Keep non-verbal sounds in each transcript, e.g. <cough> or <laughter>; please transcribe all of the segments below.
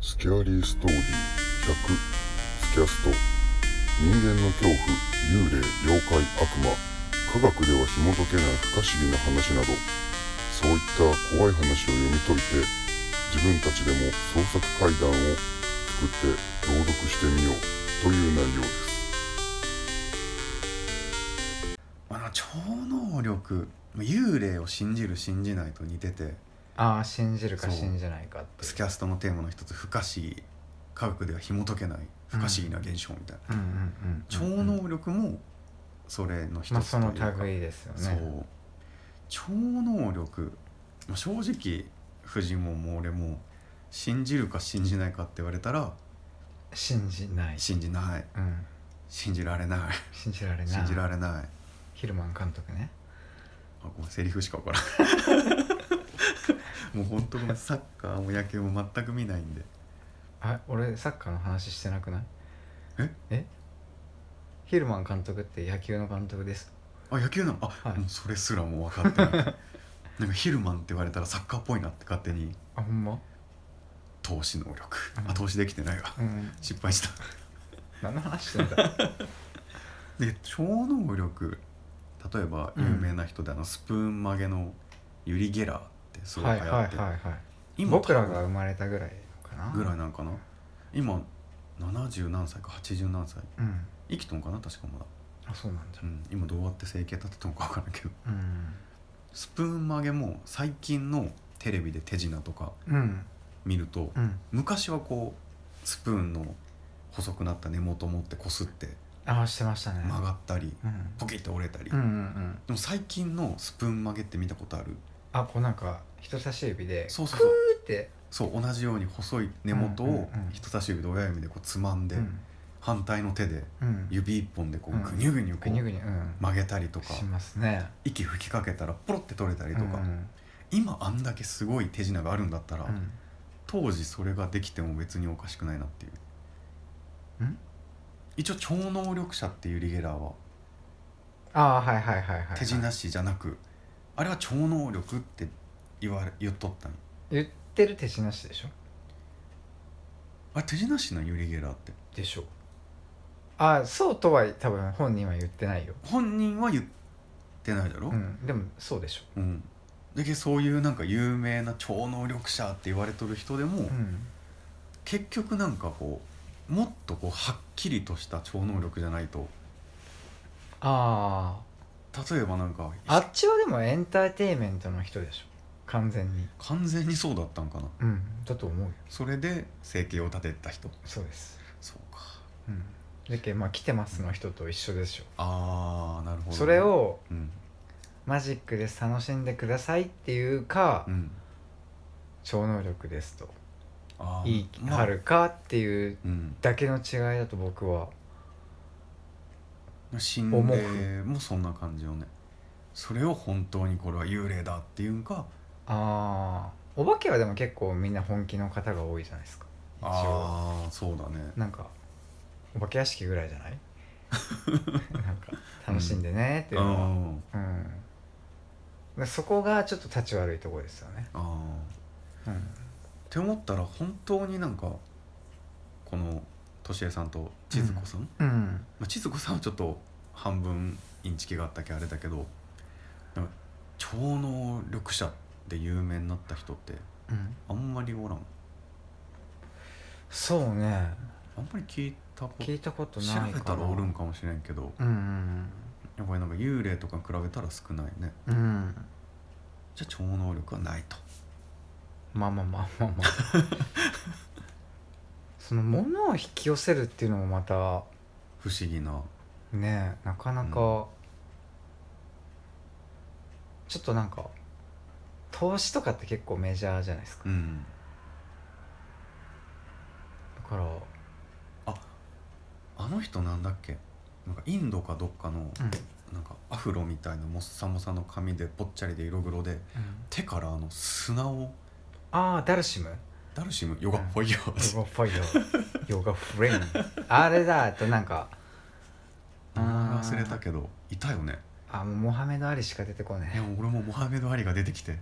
スキャリーストーリー100スキャスト人間の恐怖幽霊妖怪悪魔科学では紐解けない不可思議な話などそういった怖い話を読み解いて自分たちでも創作怪談を作って朗読してみようという内容ですあの超能力幽霊を信じる信じないと似ててああ信じるかそう信じないかってスキャストのテーマの一つ不可思議科学では紐解けない不可思議な現象みたいな、うんうんうん超能力もそれの一まあつとそいうのか、類ですよねそう超能力、まあ、正直藤ももう俺も信じるか信じないかって言われたら信じない信じないうん信じられない信じられない信じられないヒルマン監督ねあごめんセリフしか分から <laughs> んもう本当ごめんサッカーも野球も全く見ないんであ俺サッカーの話してなくないええヒルマン監督って野球の監督ですあ野球なのあ、はいもうそれすらもう分かってない <laughs> なんかヒルマンって言われたらサッカーっぽいなって勝手にあほんま投資能力うんあ投資できてないわうん失敗した何の話してん <laughs> だで超能力例えば有名な人で、あのスプーン曲げのユリ・ゲラーってすごいは流い行はっいて、はいはい今僕らが生まれたぐらいかなぐらいいなんかな今70何歳か80何歳うん生きとんかな確かまだ、あそうなんだうん、今どうやって生計立てとんか分からんけどうんスプーン曲げも最近のテレビで手品とかうん見るとうん昔はこうスプーンの細くなった根元を持ってこすってああしてましたね曲がったりうんポキッと折れたり、うんうんでうんも最近のスプーン曲げって見たことあるあこうなんか人差し指でそうそうそうクーってそう同じように細い根元うんうんをうん人差し指と親指でこうつまんで、うん反対の手でうん指一本でこううんぐにゅぐにゅこぐにゅぐうにゅうん曲げたりとかしますね息吹きかけたらポロって取れたりととか、今あんだけすごい手品があるんだったら、当時それができても別におかしくないなっていう。ん一応超能力者っていうリゲラーはああはいはいはいはいはい手品師じゃなくあれは超能力って言われ言っとったんよ言ってる手品師でしょあれ手品師なんユリ・ゲラーってでしょああそうとは多分本人は言ってないよ本人は言ってないだろ、うんでもそうでしょうんだけどそういうなんか有名な超能力者って言われとる人でも、うん結局なんかこうもっとこうはっきりとした超能力じゃないとあ例えばなんかああっちはでもエンターテインメントの人でしょ完全に完全にそうだったんかなうんだと思うよそれで生計を立てた人そうですそうかうんだけどまあ来てますの人と一緒でしょあーなるほどね、それをうんマジックです楽しんでくださいっていうか、うん超能力ですとあーいいまああるかっていううんだけの違いだと僕は心思霊うもそんな感じよねそれを本当にこれは幽霊だっていうんかあーお化けはでも結構みんな本気の方が多いじゃないですか一応ああそうだねなんかお化け屋敷ぐらいじゃ <laughs> ないなんか楽しんでねっていうのは、うんあでそこがちょっと立ち悪いところですよね、あーうん、って思ったら本当になんかこの敏江さんと千鶴子さん、うんまあ、千鶴子さんはちょっと半分インチキがあったけあれだけどなんか超能力者で有名になった人ってうんあんまりおらんそうねあんまり聞いたこと聞いたこと調ないべかたならおるんかもしれんけどうんうんやっぱりなんか幽霊とかに比べたら少ないねうんうんじゃあ超能力はないとまあまあまあまあまあ <laughs> その物を引き寄せるっていうのもまた不思議なねなかなか、うちょっとなんか投資とかって結構メジャーじゃないですか、うんだからあの人なんだっけなんかインドかどっかのうん、なんかアフロみたいなもっさもさの髪でぽっちゃりで色黒で手からあの砂をああダルシムダルシムヨガファイヤーヨガファイヤーヨガフレインあれだえっとなんか名前あー忘れたけどいたよねあもうモハメド・アリしか出てこないいや俺もモハメド・アリが出てきて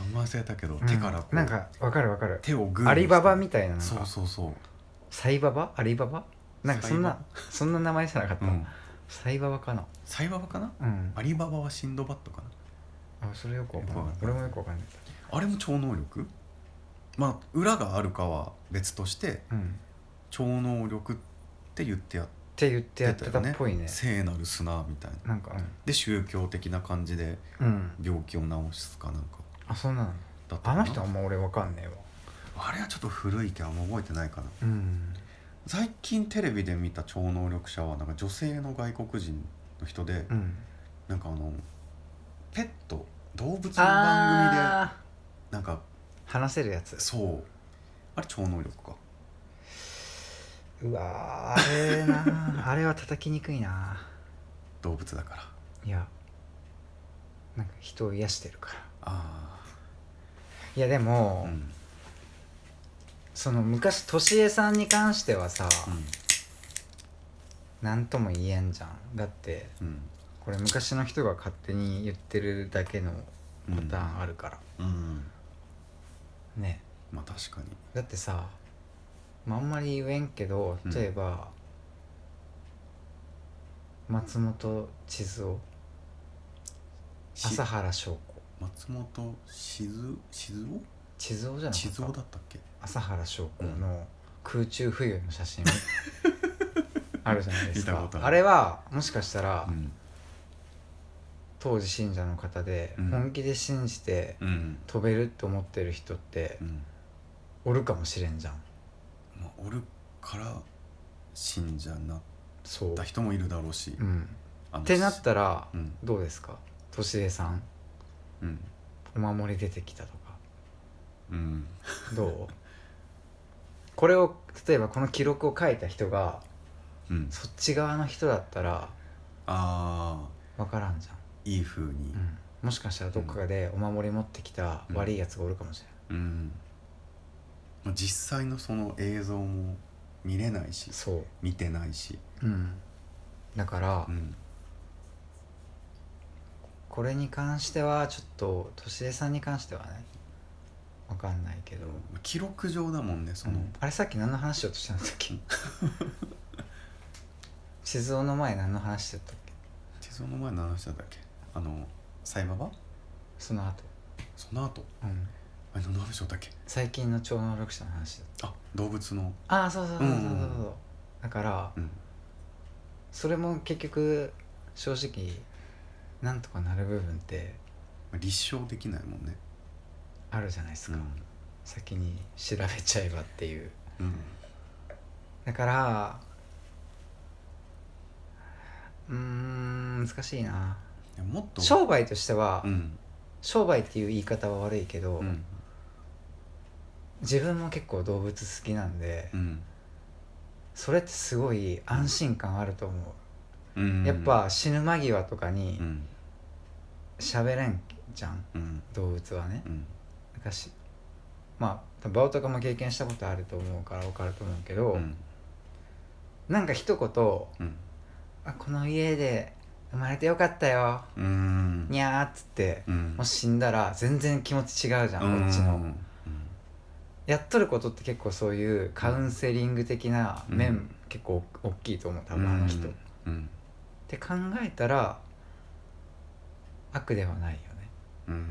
名前忘れたけど手からこうなんかわかるわかる手をグーにしてアリババみたいななんそうかそうそうサイババアリババなんかそんなサイそんな名前じゃなかった、うんサイババかなサイババかなうんアリババはシンドバッドかなあそれよくわかんないよくわかんない俺もよくわかんないあれも超能力まあ裏があるかは別としてうん超能力って言ってやっって言ってやてってたたよっねぽいね聖なる砂みたいななんかで宗教的な感じでうん、うん、病気を治すかなんかあそんなのだったあかなの人あんま俺わかんねえわあれはちょっと古いけどあんま覚えてないかなうん最近テレビで見た超能力者はなんか女性の外国人の人で、うんなんかあのペット動物の番組であなんかー話せるやつそうあれ超能力かうわー <laughs> あれなあれは叩きにくいな動物だからいやなんか人を癒してるからあいやであも、うんその昔としえさんに関してはさ、うんなんとも言えんじゃんだってうんこれ昔の人が勝手に言ってるだけのパターンあるから、うんねまあ確かにだってさ、まあ、あんまり言えんけどうん例えば、松本千鶴夫し朝原翔子松本静静千鶴夫じ雄ゃな静か雄っただったっけ朝原翔子の空中浮遊の <laughs> 写真あるじゃないです見たかことああるれはもしかしたら、うん当時信者の方でうん本気で信じてうん飛べるって思ってる人ってうんおるかもしれんじゃんまあおるから信者になっそう、た人もいるだろうしうん、あのってなったらうんどうですかとしえさんうんお守り出てきたとかうんどうこれを例えばこの記録を書いた人がうんそっち側の人だったらああ分からんじいい風にゃん、うん、もしかしたらどっかでお守り持ってきた悪いやつがおるかもしれない、うんまあ実際のその映像も見れないしそう、見てないし、うん、だから、うん、これに関してはちょっと年江さんに関してはねわかんないけど、記録上だもんねその、うんあれさっき何の話しようとしたんだっけ <laughs> 静雄の前何の話してたっけ地蔵の前の話だったっけあのサイババその後、その後うん、あれ何でしょうだっけ最近の超能力者の話だっあ動物のたああそうそうそうそうそうそう、うんうんうだからうんそれも結局正直なんとかなる部分って立証できないもんねあるじゃないですうか、ん、先に調べちゃえばっていううん、だからうーん難しいないやもっと商売としては、うん商売っていう言い方は悪いけど、うん自分も結構動物好きなんで、うんそれってすごい安心感あると思うんう、やっぱ死ぬ間際とかにうん喋れんじゃんうん動物はねうん昔まあバオとかも経験したことあると思うから分かると思うけど、うんなんか一言うんあ「この家で生まれてよかったようんにゃー」っつってうんもし死んだら全然気持ち違うじゃん、こっちうんのやっとることって結構そういうカウンセリング的な面、うん結構大きいと思う多うん分あの人、うっんうんて考えたら悪ではないよねうん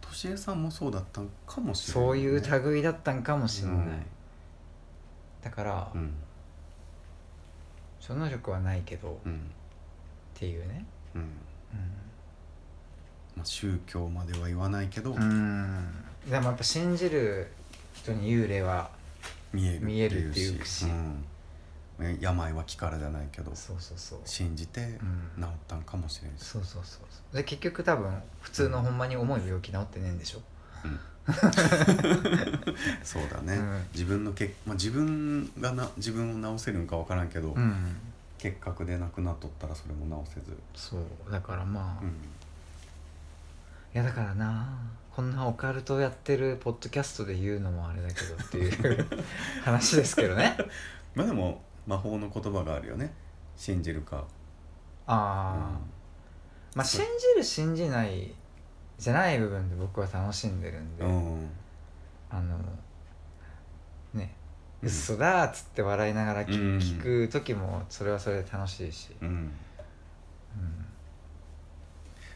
としえさんもそうだったんかもしれないね、そういう類だったんかもしれない、うんだから、うん超能力はないけど、っうんていうねうんうまあ、宗教までは言わないけど、ん、でもやっぱ信じる人に幽霊は見える見えるっていうしうんね病は気からじゃないけどそうそうそう、信じてうん、治ったんかもしれんし、そうそうそうそうで結局多分普通のほんまに重い病気治ってねえんでしょそうだね、うん自分のけ、まあ、自分がな自分を治せるんか分からんけど、ん結核で亡くなっとったらそれも治せず、そうだからまあ、ういん、やだからなこんなオカルトやってるポッドキャストで言うのもあれだけどっていう <laughs> 話ですけどねまあでも魔法の言葉があるよね信じるかああ、まあ信じる信じないじゃない部分で僕は楽しんでるんで、うんあのねうん嘘だーっつって笑いながら聞,、うん聞く時もそれはそれで楽しいし、うんうん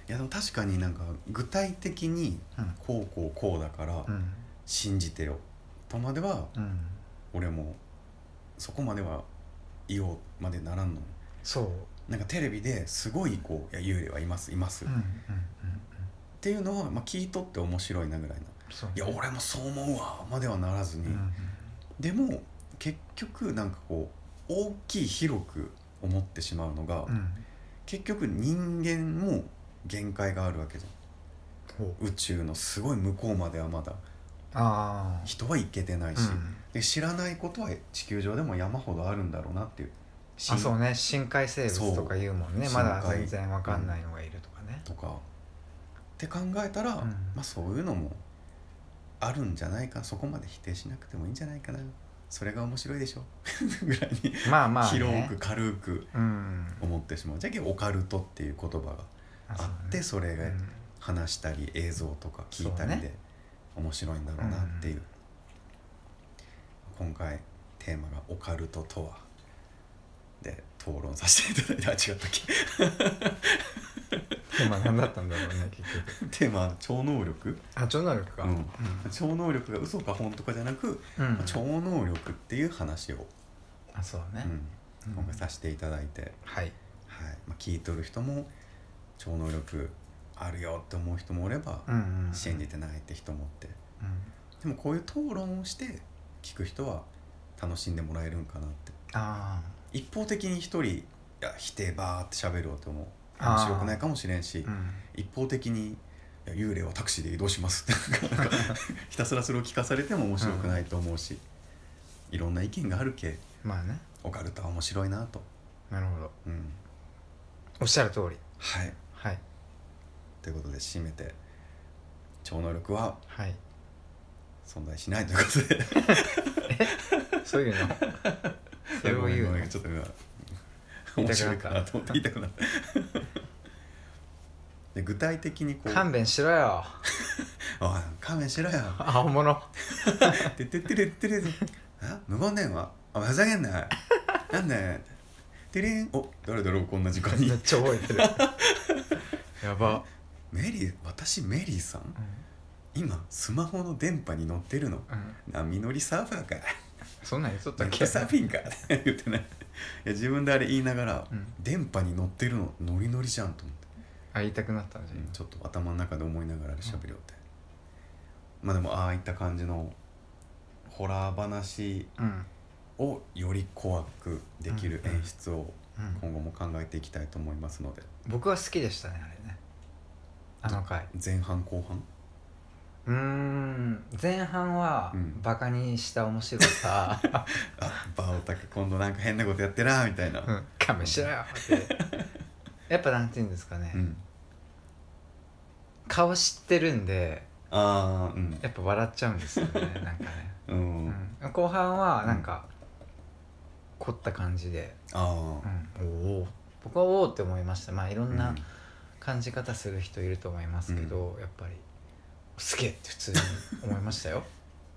いやでも確かになんか具体的にうんこうこうこうだからうん信じてよとまではうん、俺もそこまでは言おうまでならんのそう、なんかテレビですごいこう「いや幽霊はいますいます」うんうんっうんうん、ていうのは、まあ、聞いとって面白いなぐらいな「そういや俺もそう思うわ」まではならずに、うんうんでも結局なんかこう大きい広く思ってしまうのが、うん結局人間も限界があるわけじゃんほう宇宙のすごい向こうまではまだあ人は行けてないあ、うし、ん、で知らないことは地球上でも山ほどあるんだろうなっていうあそうね深海生物とか言うもんねそうまだ深海全然わかんないのがいるとかね、とかって考えたら、んまあそういうのもあるんじゃないかそこまで否定しなくてもいいんじゃないかなそれが面白いでしょ <laughs> ぐらいにまあまあ、ね、広く軽くうん思ってしまうじゃけオカルトっていう言葉がああってそれうがねうん話したり映像とか聞いたそうりねで面白いんだろうなっていう、今回テーマが「オカルトとは」で討論させていただいてあ違ったっけ <laughs> 今何だったんだろうね結局テーマは超能力あ超能力かうん超能力が嘘か本とかじゃなく、うん、うんまあ超能力っていう話を、あそううね、ん、うん今回させていただいて、はいはいまあ、聞いとる人も超能力あるよって思う人もおれば、うんうん信じてないって人もおってうんでもこういう討論をして聞く人は楽しんでもらえるんかなってあ一方的に一人いや否定バーって喋るわってもあ面ー白くないかもしれんし、あうん一方的にいや幽霊はタクシーで移動します <laughs> ってなんかひたすらそれを聞かされても面白くないと思うし、いろんな意見があるけまあねオカルトは面白いなと、なるほどうん、おっしゃる通りはいはいということで締めて超能力ははい存在しないということでそう <laughs> いうの <laughs> それを言うごめんのごめんちょっと今言面いたく白なったいかなと思って言いたくなったで具体的にこう勘弁しろよおい勘弁しろよ青 <laughs> 物てってってれってれあ無言電話あふざけんななんだよてれんお誰だろうこんな時間めにっちゃ覚えてるやば、メリー私メリーさんう今スマホの電波に乗ってるのんうん、波乗りサーファーかそんなん言っとったっだけけサーフィンか言ってないいや自分であれ言いながら、うん電波に乗ってるのノリノリじゃんと思ってあ言いたくなったんじゃんちょっと頭の中で思いながら喋りよって、まあでもああいった感じのホラー話うんをより怖くできるうんうん演出をうん今後も考えていきたいと思いますので僕は好きでしたねあれねあの回前半後半うーん前半はうんバカにした面白さ、あバオタク今度なんか変なことやってらみたいな、うん、勘弁しろよってやっぱなんて言うんですかね、うん顔知ってるんでああうんやっぱ笑っちゃうんです <laughs> よねなんかね、うん、うん、後半はなんか、凝った感じで、あうん、おお僕はおおって思いましたまあいろあんな感じ方する人いると思いますけど、やっぱりすげえって普通に思いましたよ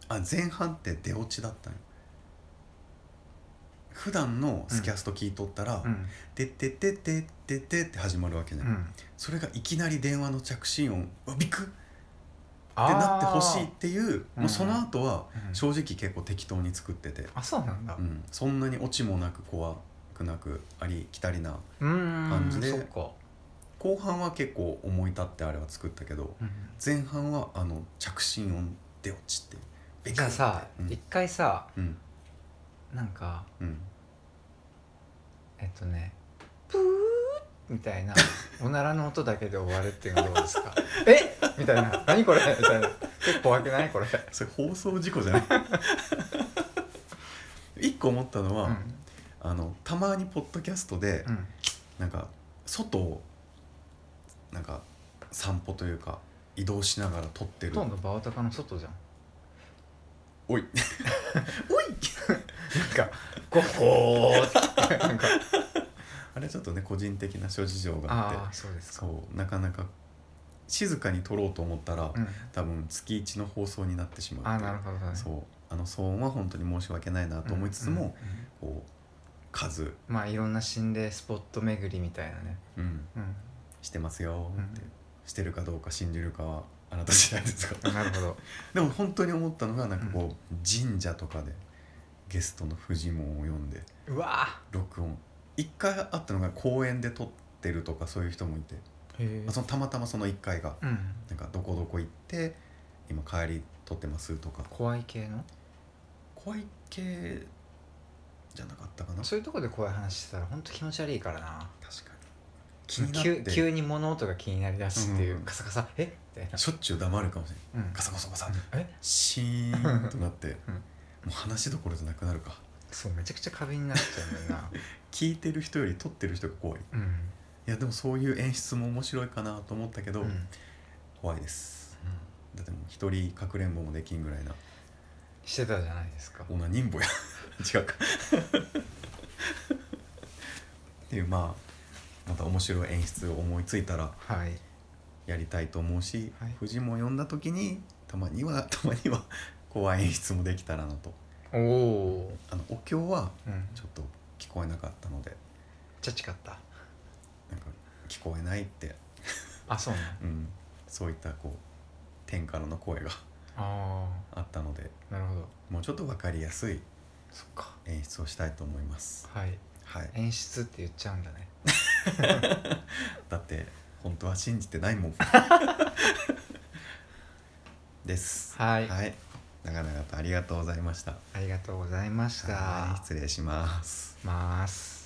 あ前半って出落ちだったの普段のスキャスト聞いとったら <laughs> うん「てってってってってって」って始まるわけじゃ、うんんそれがいきなり電話の着信音「うわびく!」ってあーなってほしいっていうあーもうその後はうん正直結構適当に作ってて、あそうなんだうん、そんなにオチもなく怖くなくありきたりなうーん感じでそっか、後半は結構思い立ってあれは作ったけどうん前半はあの着信音で落ちてべじゃあさ、うん一回さうんなんかうんえっとねプーみた <laughs> いなおならの音だけで終わるっていうのはどうです <laughs> かえみたいな何これみたいな結構怖くないこれそれ放送事故じゃない <laughs> 一個思ったのは、うんあのたまにポッドキャストで、うんなんか外をなんか散歩というか移動しながら撮ってるほとんどバオタカの外じゃんおい <laughs> おいなんかゴッホーって <laughs> なんかあれちょっとね個人的な諸事情があってああそうですかそうなかなか静かに撮ろうと思ったら、うん、多分月1の放送になってしまうあっていうなるほどねそうあの騒音は本当に申し訳ないなと思いつつも、うんうんうんこう数、まあいろんな心霊スポット巡りみたいなね、うん、うしてますよって、うんしてるかどうか信じるかはあなた次第です <laughs> がん、なるほ <laughs> どでも本当に思ったのがなんかこう、神社とかでゲストのフジモンを読んでうわ録音一回あったのが公園で撮ってるとかそういう人もいて、へまあ、そのたまたまその一回がうんなんかどこどこ行って今帰り撮ってますとか怖い系の怖い系じゃなかったかな確そういうとこで怖い話してたらほんと気持ち悪いからなかに気になっ急て急に物音が気になりだすっていう、うんカサカサえみたいな、しょっちゅう黙るかもしれないうんガ、サガサガサえシーンとなって、うんもう話どころじゃなくなるかそうめちゃくちゃ壁になっちゃうんだよな聞いてる人より撮ってる人が怖いうんいやでもそういう演出も面白いかなと思ったけど、うん怖いですだってもう一人かくれんぼもできんぐらいなしてたじゃないですかオナニンボや <laughs> 違うかっていうまあまた面白い演出を思いついたらはいやりたいと思うし、はいフジモン読んだ時にたまにはたまには怖い演出もできたらなとおおあのお経はー、うん、ちょっと聞こえなかったのでちゃちかったなんか聞こえないって、あそうねうん、そういったこう天からの声が <laughs> ああったのであなるほどもうちょっと分かりやすいそっか演出をしたいと思いますはいはい演出って言っちゃうんだねだって本当は信じてない <laughs> もんですはいはい長々とありがとうございましたありがとうございましたはい失礼しますます